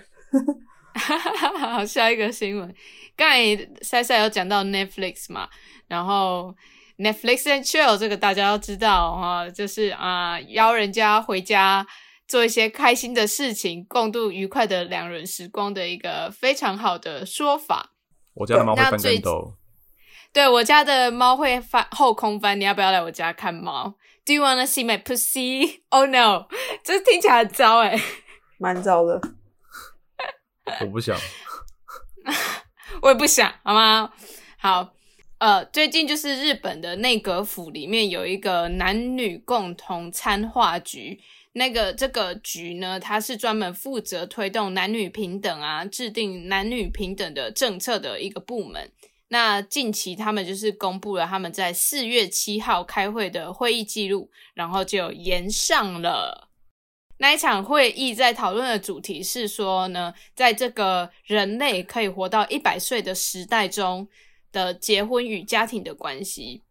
Speaker 3: 好， *laughs* 下一个新闻，刚才赛赛有讲到 Netflix 嘛，然后 Netflix and chill 这个大家要知道哦哈、就是啊、邀人家回家做一些开心的事情，共度愉快的两人时光的一个非常好的说法。
Speaker 1: 我家的猫会
Speaker 3: 那
Speaker 1: 翻
Speaker 3: 最
Speaker 1: 跟斗，
Speaker 3: 对我家的猫会翻后空翻，你要不要来我家看猫？Do you wanna see my pussy? Oh no！这听起来很糟哎、
Speaker 2: 蛮糟的，
Speaker 1: 我不想。
Speaker 3: 我也不想，好吗？好，呃，最近就是日本的内阁府里面有一个男女共同参画局，那个这个局呢，它是专门负责推动男女平等啊，制定男女平等的政策的一个部门。那近期他们就是公布了他们在四月七号开会的会议记录，然后就延上了。那一场会议在讨论的主题是说呢，在这个人类可以活到一百岁的时代中的结婚与家庭的关系。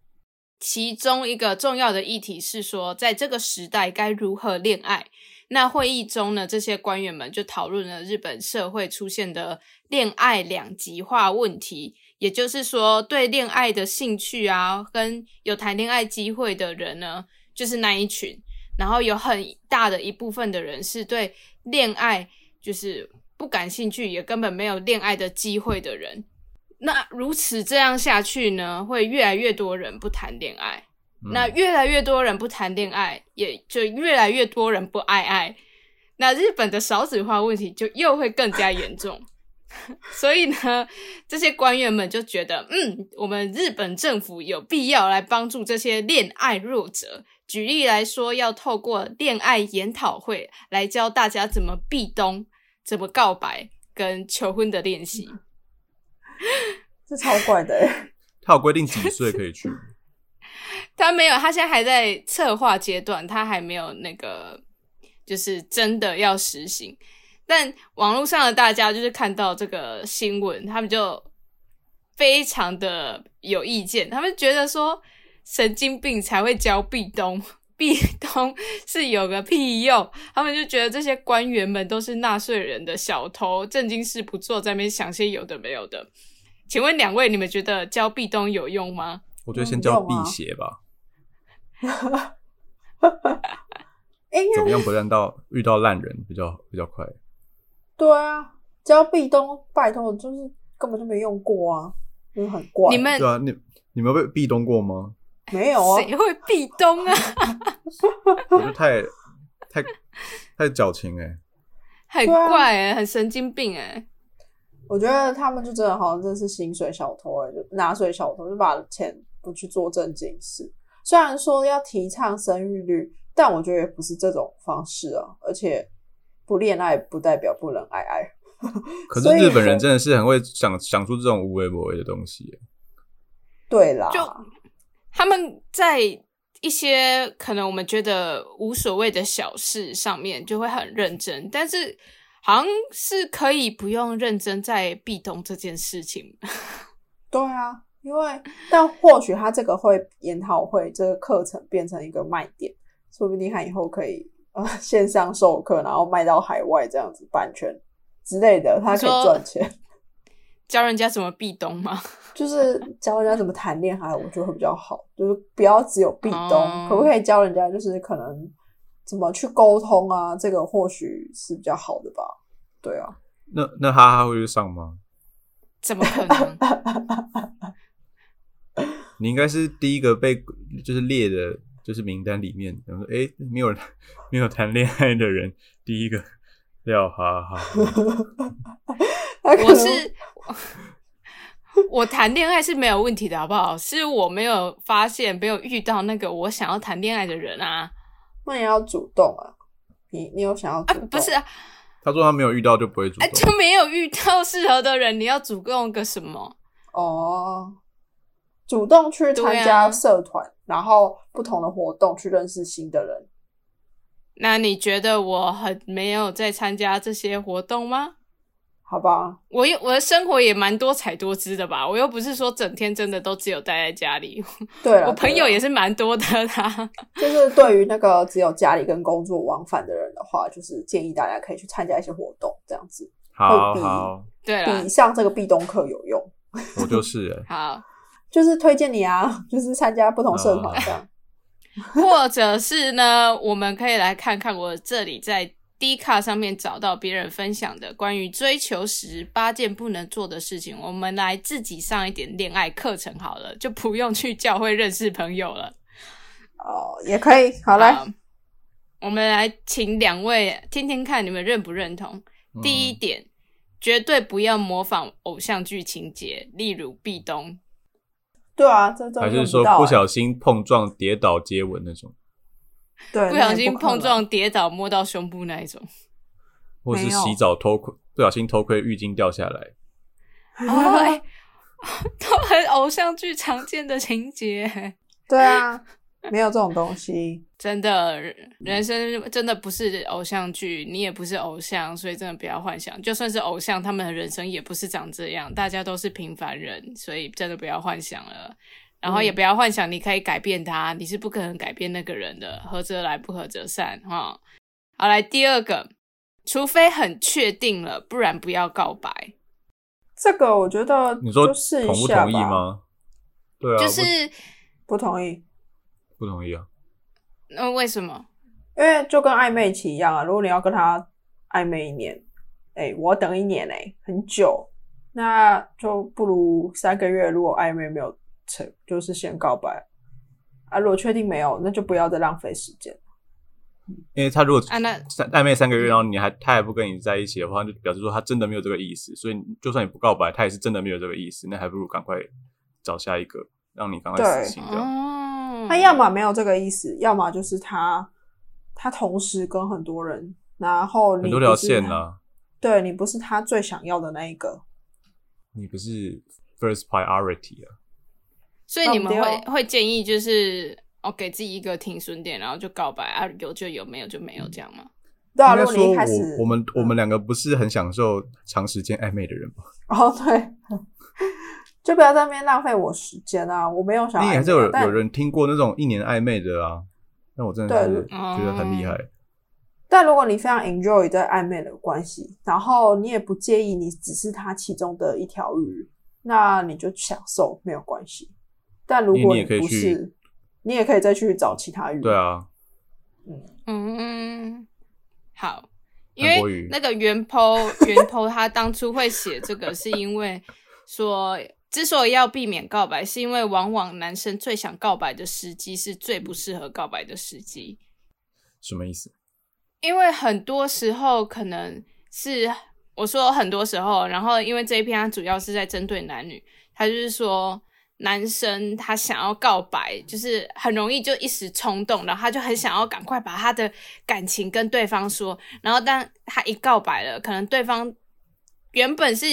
Speaker 3: 其中一个重要的议题是说，在这个时代该如何恋爱。那会议中呢，这些官员们就讨论了日本社会出现的恋爱两极化问题，也就是说，对恋爱的兴趣啊，跟有谈恋爱机会的人呢，就是那一群。然后有很大的一部分的人是对恋爱就是不感兴趣，也根本没有恋爱的机会的人。那如此这样下去呢，会越来越多人不谈恋爱。
Speaker 1: 嗯
Speaker 3: *laughs* 那越来越多人不谈恋爱，也就越来越多人不爱爱。那日本的少子化问题就又会更加严重。 *laughs* 所以呢，这些官员们就觉得，嗯，我们日本政府有必要来帮助这些恋爱弱者。举例来说，要透过恋爱研讨会来教大家怎么壁咚、怎么告白跟求婚的练习。
Speaker 2: 这超怪的、
Speaker 3: *laughs*
Speaker 2: 欸，
Speaker 1: 他有规定几岁可以
Speaker 2: *laughs*
Speaker 1: 去？
Speaker 3: 他没有，他现在还在策划阶段，他还没有那个，就是真的要实行。但网络上的大家就是看到这个新闻，他们就非常的有意见，他们觉得说神经病才会教壁咚，壁咚是有个屁用。他们就觉得这些官员们都是纳税人的小偷，正经事不做，在那边想些有的没有的。请问两位，你们觉得教壁咚有用吗？
Speaker 1: 我觉得先叫
Speaker 2: 嗯
Speaker 1: 辟
Speaker 2: 用啊
Speaker 1: 邪吧，
Speaker 2: 应
Speaker 1: 怎
Speaker 2: 该
Speaker 1: 么样不让到遇到烂人比较比较快？
Speaker 2: 对啊，只要壁咚，拜托，就是根本就没用过啊，就是很怪。
Speaker 3: 你们
Speaker 1: 对啊，你你们有被壁咚过吗？
Speaker 2: 没有啊？
Speaker 3: 谁会壁咚啊？
Speaker 1: 我觉得太太太矫情哎、
Speaker 3: 很怪哎、
Speaker 2: 啊
Speaker 3: 很神经病哎、
Speaker 2: 我觉得他们就真的好像真是薪水小偷哎、就拿水小偷，就把钱不去做正经事。虽然说要提倡生育率，但我觉得也不是这种方式啊。而且不恋爱不代表不能爱爱，
Speaker 1: 可是
Speaker 2: 所以
Speaker 1: 日本人真的是很会想想出这种无微不微的东西、欸，
Speaker 2: 对啦，
Speaker 3: 就他们在一些可能我们觉得无所谓的小事上面就会很认真，但是好像是可以不用认真在壁咚这件事情。
Speaker 2: 对啊，因为但或许他这个会研讨会这个课程变成一个卖点，说不定他以后可以呃线上授课，然后卖到海外这样子版权之类的，他可
Speaker 3: 你
Speaker 2: 以
Speaker 3: 说
Speaker 2: 赚钱。 *laughs*
Speaker 3: 教人家怎么壁咚吗？
Speaker 2: 就是教人家怎么谈恋爱，我觉得会比较好，就是不要只有壁咚，
Speaker 3: 哦
Speaker 2: 可不可以教人家就是可能怎么去沟通啊？这个或许是比较好的吧。对啊，
Speaker 1: 那那哈哈会去上吗？
Speaker 3: 怎么可能？
Speaker 1: 你应该是第一个被就是列的，就是名单里面，然后说哎、诶没有人 *laughs* 没有谈恋爱的人，第一个要哈哈。
Speaker 2: 他可能
Speaker 3: 我是我谈恋爱是没有问题的，好不好？是我没有发现，没有遇到那个我想要谈恋爱的人啊
Speaker 2: *laughs* 那也要主动啊，你你有想要
Speaker 3: 啊
Speaker 2: 主动、，
Speaker 3: 不是啊，
Speaker 1: 他说他没有遇到就不会主
Speaker 2: 哎
Speaker 3: 啊，
Speaker 1: 动，
Speaker 3: 就没有遇到适合的人，你要主动个什么？
Speaker 2: 哦，主动去参加
Speaker 3: 对啊
Speaker 2: 社团，然后不同的活动去认识新的人。
Speaker 3: 那你觉得我很没有在参加这些活动吗？
Speaker 2: 好吧，
Speaker 3: 我也我的生活也蛮多彩多姿的吧，我又不是说整天真的都只有待在家里，
Speaker 2: 对啊了，
Speaker 3: 我朋友也
Speaker 2: 是，
Speaker 3: 是蛮多的啦。 *laughs*
Speaker 2: 就是对于那个只有家里跟工作往返的人的话，就是建议大家可以去参加一些活动，这样子
Speaker 1: 好
Speaker 2: 会比
Speaker 1: 好，
Speaker 3: 对啦
Speaker 2: 比，上这个壁咚课有用。
Speaker 1: 我就是、
Speaker 2: *laughs*
Speaker 1: 欸，
Speaker 3: 好，
Speaker 2: 就是推荐你啊， *laughs* 就是参加不同社团这
Speaker 3: 嗯
Speaker 2: 样。
Speaker 3: 或者是呢，我们可以来看看我这里在 D 卡上面找到别人分享的关于追求时八件不能做的事情，我们来自己上一点恋爱课程好了，就不用去教会认识朋友了。啊
Speaker 2: 哦，也可以。好来，
Speaker 3: 我们来请两位听听看，你们认不认同？
Speaker 1: 嗯
Speaker 3: 第一点，绝对不要模仿偶像剧情节，例如壁咚。
Speaker 2: 对啊，这都
Speaker 1: 还
Speaker 2: 用
Speaker 1: 是说
Speaker 2: 到
Speaker 1: 不
Speaker 2: 欸
Speaker 1: 小心碰撞跌倒接吻那种，
Speaker 2: 对
Speaker 3: 不
Speaker 2: 那也
Speaker 3: 小心
Speaker 2: 可能
Speaker 3: 碰撞、跌倒、摸到胸部那一种。
Speaker 1: 或是
Speaker 2: 没有
Speaker 1: 洗澡偷窥不小心偷窥浴巾掉下来，
Speaker 3: 哦，哎 *laughs* 都很偶像剧常见的情节。
Speaker 2: *laughs* 对啊，没有这种东西。
Speaker 3: 真的，人生真的不是偶像剧，你也不是偶像，所以真的不要幻想。就算是偶像，他们的人生也不是长这样，大家都是平凡人，所以真的不要幻想了。然后也不要幻想你可以改变他，你是不可能改变那个人的，合则来，不合则散哈。好，来第二个，除非很确定了，不然不要告白。
Speaker 2: 这个我觉得
Speaker 1: 你说
Speaker 2: 就试一
Speaker 1: 同不
Speaker 2: 下吧
Speaker 1: 同意？吗？对啊，
Speaker 3: 就
Speaker 1: 我
Speaker 3: 是，
Speaker 2: 不同意，
Speaker 1: 不同意啊。
Speaker 3: 嗯，为什么？
Speaker 2: 因为就跟暧昧期一样啊。如果你要跟他暧昧一年，哎、我要等一年哎、很久，那就不如三个月。如果暧昧没有成，就是先告白啊。如果确定没有，那就不要再浪费时间。
Speaker 1: 因为他如果
Speaker 3: 啊那
Speaker 1: 三暧昧三个月，然后你还他还不跟你在一起的话，就表示说他真的没有这个意思。所以就算你不告白，他也是真的没有这个意思。那还不如赶快找下一个，让你赶快死心这样。
Speaker 3: 哦，
Speaker 2: 他要么没有这个意思，要么就是他他同时跟很多人，然后你
Speaker 1: 很多条
Speaker 2: 不是
Speaker 1: 线啊
Speaker 2: 他
Speaker 1: 呢、
Speaker 2: 对你不是他最想要的那一个。
Speaker 1: 你不是 first priority 啊？
Speaker 3: 所以你们
Speaker 2: 忘
Speaker 3: 会
Speaker 2: 不
Speaker 3: 会建议就是哦，给自己一个停损点，然后就告白啊，有就有，没有就没有，这样吗？
Speaker 2: 对啊，
Speaker 1: 应该
Speaker 2: 如果你
Speaker 1: 说
Speaker 2: 一开始嗯
Speaker 1: 我我们我们两个不是很享受长时间暧昧的人吧？
Speaker 2: 哦对，
Speaker 1: *laughs*
Speaker 2: 就不要在那边浪费我时间啊！我没有想
Speaker 1: 那
Speaker 2: 要
Speaker 1: 也
Speaker 2: 暧昧啊，
Speaker 1: 还是有
Speaker 2: 但
Speaker 1: 有人听过那种一年暧昧的啊？那我真的是
Speaker 2: 对
Speaker 1: 觉得很厉害。啊
Speaker 2: 但如果你非常 enjoy 在暧昧的关系，然后你也不介意你只是他其中的一条鱼，那你就享受没有关系。但如
Speaker 1: 因为
Speaker 2: 果
Speaker 1: 你也可以
Speaker 2: 不
Speaker 1: 去
Speaker 2: 是，你也可以再去找其他鱼。
Speaker 1: 对啊，
Speaker 3: 嗯，好，因
Speaker 1: 韩国
Speaker 3: 为
Speaker 1: 语
Speaker 3: 那个原 po 原 po 他当初会写这个，是因为说之所以要避免告白，是因为往往男生最想告白的时机是最不适合告白的时机，
Speaker 1: 什么意思？
Speaker 3: 因为很多时候可能是我说很多时候，然后因为这一篇它主要是在针对男女，他就是说男生他想要告白，就是很容易就一时冲动，然后他就很想要赶快把他的感情跟对方说，然后但他一告白了，可能对方原本是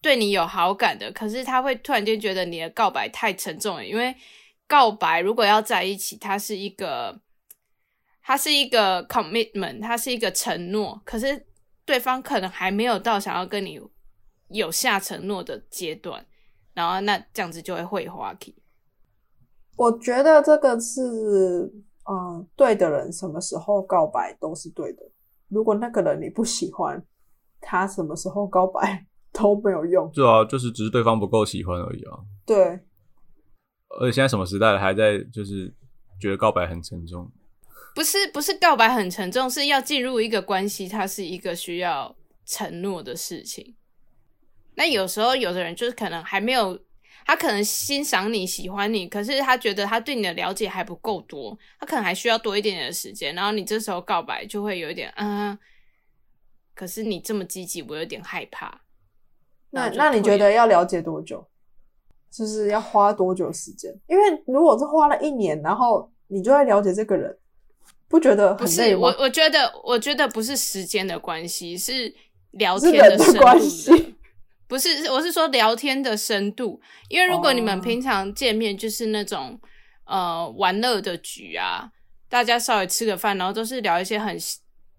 Speaker 3: 对你有好感的，可是他会突然间觉得你的告白太沉重了，因为告白如果要在一起，它是一个它是一个 commitment，它是一个承诺，可是对方可能还没有到想要跟你有下承诺的阶段，然后那这样子就会会花期。
Speaker 2: 我觉得这个是，嗯，对的人什么时候告白都是对的。如果那个人你不喜欢，他什么时候告白 *laughs* 都没有用。
Speaker 1: 对啊，就是只是对方不够喜欢而已啊。
Speaker 2: 对，
Speaker 1: 而且现在什么时代了，还在就是觉得告白很沉重。
Speaker 3: 不是不是告白很沉重，是要进入一个关系，它是一个需要承诺的事情。那有时候有的人就是可能还没有，他可能欣赏你、喜欢你，可是他觉得他对你的了解还不够多，他可能还需要多一点点的时间。然后你这时候告白就会有一点，嗯，可是你这么积极，我有点害怕。
Speaker 2: 那
Speaker 3: 那就
Speaker 2: 那你
Speaker 3: 退
Speaker 2: 觉得要了解多久？就是要花多久时间？因为如果是花了一年，然后你就在了解这个人，不觉得
Speaker 3: 不
Speaker 2: 很
Speaker 3: 是
Speaker 2: 累
Speaker 3: 我
Speaker 2: 吗？，
Speaker 3: 我觉得，我觉得不是时间的关系，是聊
Speaker 2: 是
Speaker 3: 天
Speaker 2: 人的
Speaker 3: 深度
Speaker 2: 关系。
Speaker 3: 不是，我是说聊天的深度，因为如果你们
Speaker 2: 哦
Speaker 3: 平常见面就是那种、呃玩乐的局啊，大家稍微吃个饭，然后都是聊一些很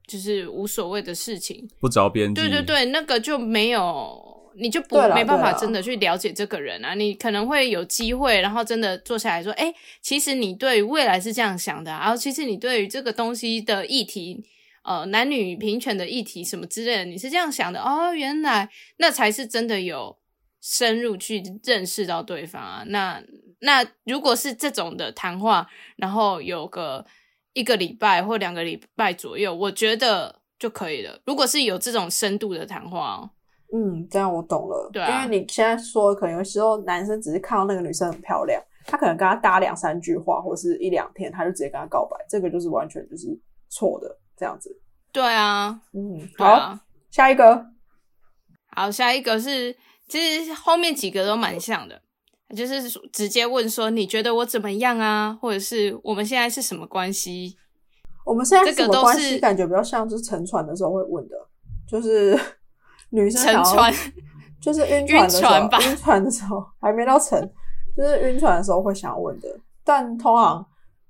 Speaker 3: 就是无所谓的事情，
Speaker 1: 不着
Speaker 2: 嗯
Speaker 1: 边际。
Speaker 3: 对对，对，那个就没有，你就不
Speaker 2: 对啦
Speaker 3: 没办法
Speaker 2: 对啦
Speaker 3: 真的去了解这个人啊。你可能会有机会，然后真的坐下来说，哎、其实你对于未来是这样想的啊、然后其实你对于这个东西的议题，呃，男女平权的议题什么之类的，你是这样想的哦。原来那才是真的有深入去认识到对方啊。那那如果是这种的谈话，然后有个一个礼拜或两个礼拜左右，我觉得就可以了。如果是有这种深度的谈话哦，
Speaker 2: 嗯，这样我懂了。
Speaker 3: 对啊
Speaker 2: 因为你现在说，可能有时候男生只是看到那个女生很漂亮，他可能跟她搭两三句话，或是一两天，他就直接跟她告白，这个就是完全就是错的，这样子。
Speaker 3: 对啊，
Speaker 2: 嗯，
Speaker 3: 对
Speaker 2: 好，
Speaker 3: 啊。
Speaker 2: 下一个，
Speaker 3: 好，下一个是，其实后面几个都蛮像的，就是直接问说你觉得我怎么样啊，或者是我们现在是什么关系？
Speaker 2: 我们现在
Speaker 3: 这个
Speaker 2: 什么
Speaker 3: 都
Speaker 2: 关
Speaker 3: 是
Speaker 2: 系？感觉比较像是沉船的时候会问的，就是 *laughs* 女生
Speaker 3: 沉
Speaker 2: 想要
Speaker 3: 船，
Speaker 2: 就是晕船的
Speaker 3: 晕
Speaker 2: 时候
Speaker 3: 船吧，
Speaker 2: 晕船的时候还没到成，就是晕船的时候会想要问的，但通常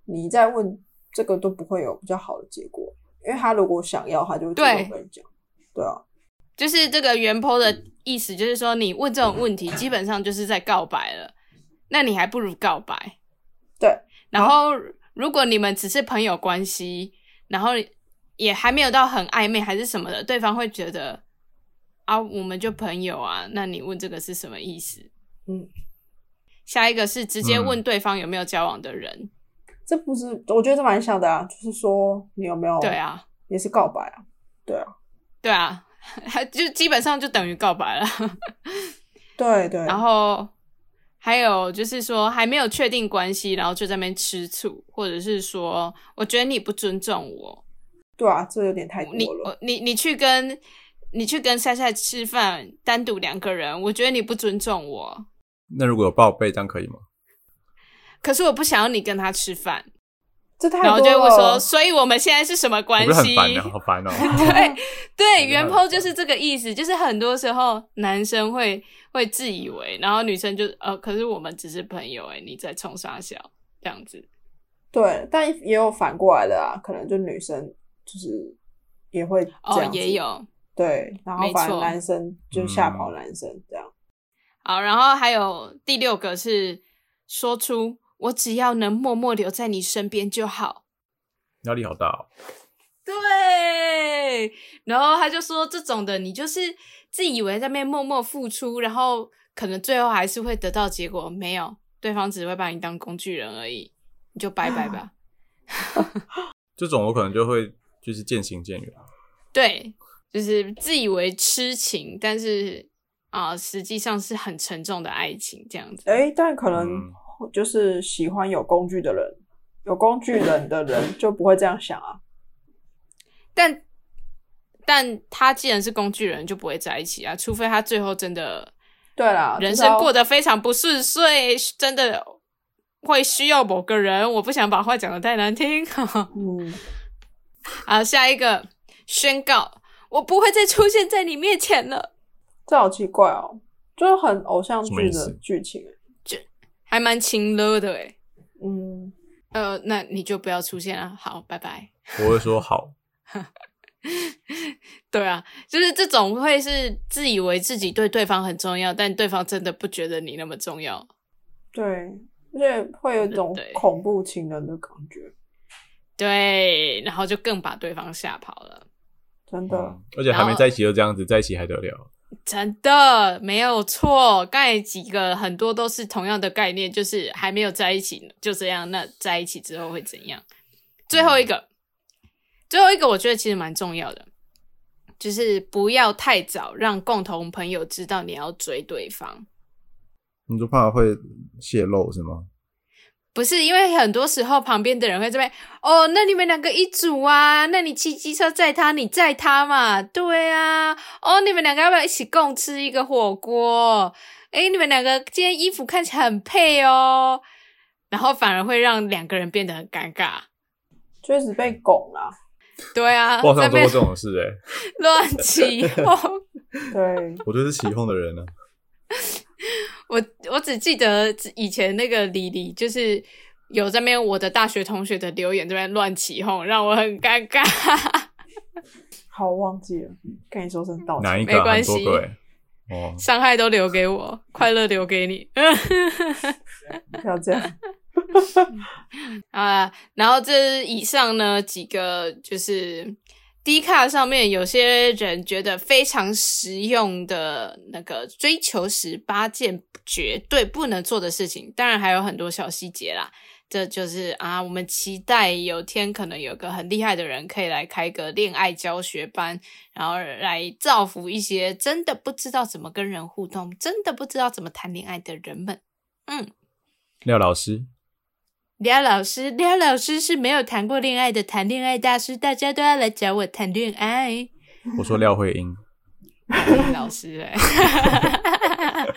Speaker 2: 你在问这个都不会有比较好的结果，因为他如果想要，他就会主
Speaker 3: 对
Speaker 2: 动跟你讲，对啊，
Speaker 3: 就是这个原 po 的意思，就是说你问这种问题，基本上就是在告白了。那你还不如告白。
Speaker 2: 对。
Speaker 3: 然后，如果你们只是朋友关系，然后也还没有到很暧昧还是什么的，对方会觉得啊，我们就朋友啊，那你问这个是什么意思？
Speaker 2: 嗯。
Speaker 3: 下一个是直接
Speaker 1: 嗯
Speaker 3: 问对方有没有交往的人。
Speaker 2: 这不是我觉得这蛮像的啊，就是说你有没有
Speaker 3: 对，啊，
Speaker 2: 也是告白啊，
Speaker 3: 对啊， *laughs* 就基本上就等于告白了。
Speaker 2: 对对，
Speaker 3: 然后还有就是说还没有确定关系，然后就在那边吃醋，或者是说我觉得你不尊重我，
Speaker 2: 对啊，这有点太多
Speaker 3: 你
Speaker 2: 了，
Speaker 3: 我你你去跟你去跟晒晒吃饭，单独两个人，我觉得你不尊重我，
Speaker 1: 那如果有报备，这样可以吗？
Speaker 3: 可是我不想要你跟他吃饭，
Speaker 2: 这太
Speaker 3: 然
Speaker 2: 多
Speaker 3: 后
Speaker 2: 了。
Speaker 3: 就会说，所以我们现在是什么关
Speaker 1: 我不是很
Speaker 3: 系？
Speaker 1: 烦啊，好烦
Speaker 3: *laughs*
Speaker 1: 哦、
Speaker 3: 对对，
Speaker 1: 觉得
Speaker 3: 原
Speaker 1: 很
Speaker 3: po 就是这个意思，就是很多时候男生会会自以为，然后女生就呃，可是我们只是朋友哎、你在冲啥笑这样子。
Speaker 2: 对，但也有反过来的啊，可能就女生就是也会这
Speaker 3: 哦
Speaker 2: 样，子
Speaker 3: 也有。
Speaker 2: 对，然后
Speaker 3: 没
Speaker 2: 反
Speaker 3: 错
Speaker 2: 而男
Speaker 1: 嗯
Speaker 2: 生就吓跑男生这样，
Speaker 3: 好，然后还有第六个是说出我只要能默默留在你身边就好。
Speaker 1: 压力好大哦、
Speaker 3: 对，然后他就说这种的你就是自以为在那边默默付出，然后可能最后还是会得到结果，没有，对方只会把你当工具人而已，你就拜拜吧。
Speaker 1: 这种我可能就会就是渐行渐远。
Speaker 3: 对，就是自以为痴情，但是啊、实际上是很沉重的爱情这样子。
Speaker 2: 哎、但可能
Speaker 1: 嗯
Speaker 2: 就是喜欢有工具的人，有工具人的人就不会这样想啊，
Speaker 3: 但但他既然是工具人，就不会在一起啊，除非他最后真的
Speaker 2: 对啦，
Speaker 3: 人生过
Speaker 2: 得
Speaker 3: 得非常不顺遂，真的会需要某个人。我不想把话讲的太难听。 *laughs*
Speaker 2: 嗯，
Speaker 3: 好，下一个宣告，我不会再出现在你面前了，
Speaker 2: 这好奇怪哦，就是很偶像
Speaker 1: 什么
Speaker 2: 剧
Speaker 1: 意
Speaker 2: 的
Speaker 1: 思
Speaker 2: 剧情、
Speaker 3: 还蛮情勒的诶
Speaker 2: 嗯，
Speaker 3: 呃，那你就不要出现了，好，拜拜。
Speaker 1: 我会说好，
Speaker 3: 对啊，就是这种会是自以为自己对对方很重要，但对方真的不觉得你那么重要。
Speaker 2: 对，而且会有一种
Speaker 3: 对
Speaker 2: 恐怖情人的感觉，
Speaker 3: 对，然后就更把对方吓跑了。
Speaker 2: 真的。
Speaker 1: 嗯而且还没在一起就这样子，在一起还得了？
Speaker 3: 真的没有错，刚才几个很多都是同样的概念，就是还没有在一起就这样，那在一起之后会怎样？最后一个，最后一个，我觉得其实蛮重要的，就是不要太早让共同朋友知道你要追对方。
Speaker 1: 你就怕会泄露是吗？
Speaker 3: 不是因为很多时候旁边的人会这边哦，那你们两个一组啊，那你骑机车载他，你载他嘛，对啊，哦，你们两个要不要一起共吃一个火锅？诶，你们两个今天衣服看起来很配哦，然后反而会让两个人变得很尴尬。
Speaker 2: 确实被拱啦，
Speaker 3: 对啊，
Speaker 1: 网
Speaker 3: 在
Speaker 1: 上做
Speaker 3: 那
Speaker 1: 过
Speaker 3: 边
Speaker 1: 这种事哎、欸，
Speaker 3: 乱起哄。 *laughs*
Speaker 2: 对，
Speaker 1: *laughs* 我就是起哄的人呢、啊。
Speaker 3: 我我只记得以前那个李李，就是有在那边我的大学同学的留言这边乱起哄，让我很尴尬。
Speaker 2: 好忘记了，跟你说声道
Speaker 1: 哪
Speaker 2: 歉。
Speaker 1: 一个、
Speaker 3: 没
Speaker 1: 啊？
Speaker 3: 关
Speaker 1: 很
Speaker 3: 系
Speaker 1: 多个哎、欸。哦，
Speaker 3: 伤害都留给我，快乐留给你
Speaker 2: 不要这样，
Speaker 3: 啊！然后这以上呢几个就是低卡上面有些人觉得非常实用的那个追求十八件绝对不能做的事情，当然还有很多小细节啦。这就是啊，我们期待有天可能有个很厉害的人可以来开个恋爱教学班，然后来造福一些真的不知道怎么跟人互动、真的不知道怎么谈恋爱的人们。
Speaker 1: 廖老师，
Speaker 3: 廖老师，廖老师是没有谈过恋爱的谈恋爱大师，大家都要来找我谈恋爱。
Speaker 1: 我说廖慧英，
Speaker 3: *laughs* 老师、哎，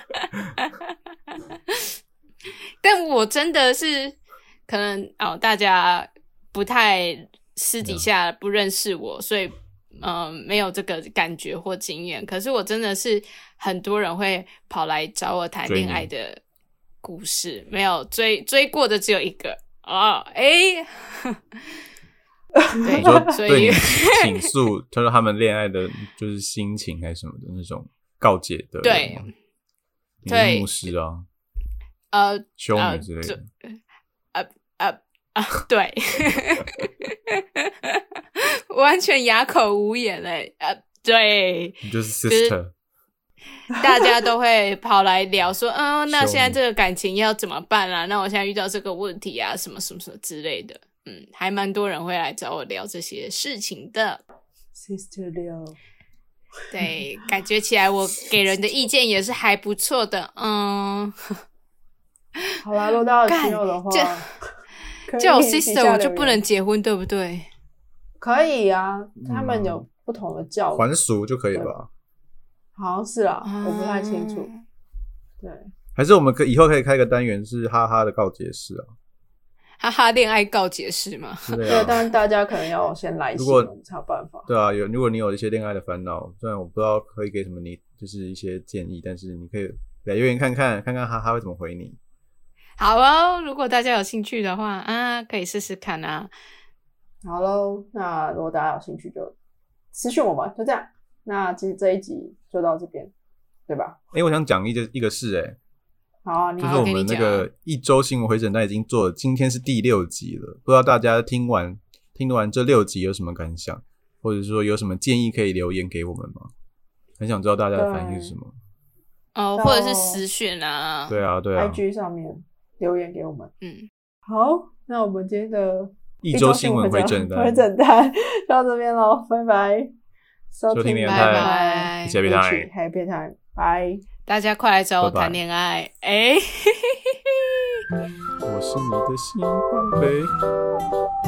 Speaker 3: 但我真的是可能哦，大家不太私底下不认识我，所以嗯、没有这个感觉或经验，可是我真的是很多人会跑来找我谈
Speaker 1: 追
Speaker 3: 恋
Speaker 1: 你
Speaker 3: 爱的故事，没有追追过的只有一个哦，哎、
Speaker 1: 你说
Speaker 3: *laughs* 对，所
Speaker 1: 对
Speaker 3: 以
Speaker 1: 你倾诉，他说他们恋爱的就是心情还是什么的那种告解的人
Speaker 3: 对
Speaker 1: 吗，你
Speaker 3: 对
Speaker 1: 是牧师啊，
Speaker 3: 呃
Speaker 1: 修
Speaker 3: 呃
Speaker 1: 女之类
Speaker 3: 这
Speaker 1: 的，
Speaker 3: 啊，对， *laughs* 完全哑口无言嘞，呃，对，
Speaker 1: 你就是
Speaker 3: 是
Speaker 1: sister，
Speaker 3: 大家都会跑来聊说，嗯，那
Speaker 1: 凶
Speaker 3: 现在这个感情要怎么办啊？那我现在遇到这个问题啊，什么什么什么之类的，嗯，还蛮多人会来找我聊这些事情的。
Speaker 2: Sister Leo，
Speaker 3: 对，感觉起来我给人的意见也是还不错的，嗯，
Speaker 2: 好啦，落到
Speaker 3: 干
Speaker 2: 朋
Speaker 3: *laughs*
Speaker 2: 友的话
Speaker 3: 这，
Speaker 2: 可以
Speaker 3: 叫我
Speaker 2: 底下
Speaker 3: sister 我就
Speaker 2: 留
Speaker 3: 不
Speaker 2: 言
Speaker 3: 能结婚，对不对？
Speaker 2: 可以啊，他们
Speaker 1: 嗯
Speaker 2: 有不同的教，
Speaker 1: 还俗就可以了吧？
Speaker 2: 好像是啦，
Speaker 3: 啊
Speaker 2: 我不太清楚。
Speaker 3: 嗯
Speaker 2: 对，
Speaker 1: 还是我们可以后可以开个单元是哈哈的告解室啊
Speaker 3: 哈哈，恋爱告解释嘛，
Speaker 1: 之类
Speaker 2: 对，
Speaker 1: 啊。
Speaker 2: 但是大家可能要先来
Speaker 1: 如
Speaker 2: 信，
Speaker 1: 果
Speaker 2: 我们才有办法。
Speaker 1: 对啊，有如果你有一些恋爱的烦恼，虽然我不知道可以给什么你，就是一些建议，但是你可以来留言看看，看看哈哈会怎么回你。
Speaker 3: 好哦。如果大家有兴趣的话啊，可以试试看啊。
Speaker 2: 好喽，那如果大家有兴趣就私信我们，就这样。那今这一集就到这边，对吧？
Speaker 1: 哎、我想讲一个一个事、诶
Speaker 2: 好啊，你
Speaker 1: 就
Speaker 3: 好
Speaker 1: 是我
Speaker 3: 跟你
Speaker 1: 们那
Speaker 3: 讲
Speaker 1: 个一周新闻回诊单已经做了，今天是第六集了，不知道大家听完听完这六集有什么感想，或者说有什么建议可以留言给我们吗？很想知道大家的反应是什么。
Speaker 3: 哦，
Speaker 2: 到
Speaker 3: 或者是私讯啊，
Speaker 1: 对啊，对啊，
Speaker 2: IG 上面留言给我们。
Speaker 3: 嗯，
Speaker 2: 好，那我们今天的
Speaker 1: 一周新闻回诊
Speaker 2: 回
Speaker 1: 单，
Speaker 2: 诊单就到这边喽，拜拜。收
Speaker 1: 收听
Speaker 2: 变
Speaker 1: 变
Speaker 3: 态
Speaker 2: 态，
Speaker 3: 拜拜
Speaker 1: 谢谢变态
Speaker 2: 一起嗨变态，拜。
Speaker 3: 大家快来找我
Speaker 1: 拜拜
Speaker 3: 谈恋爱，哎。
Speaker 1: 我是你的新宝贝。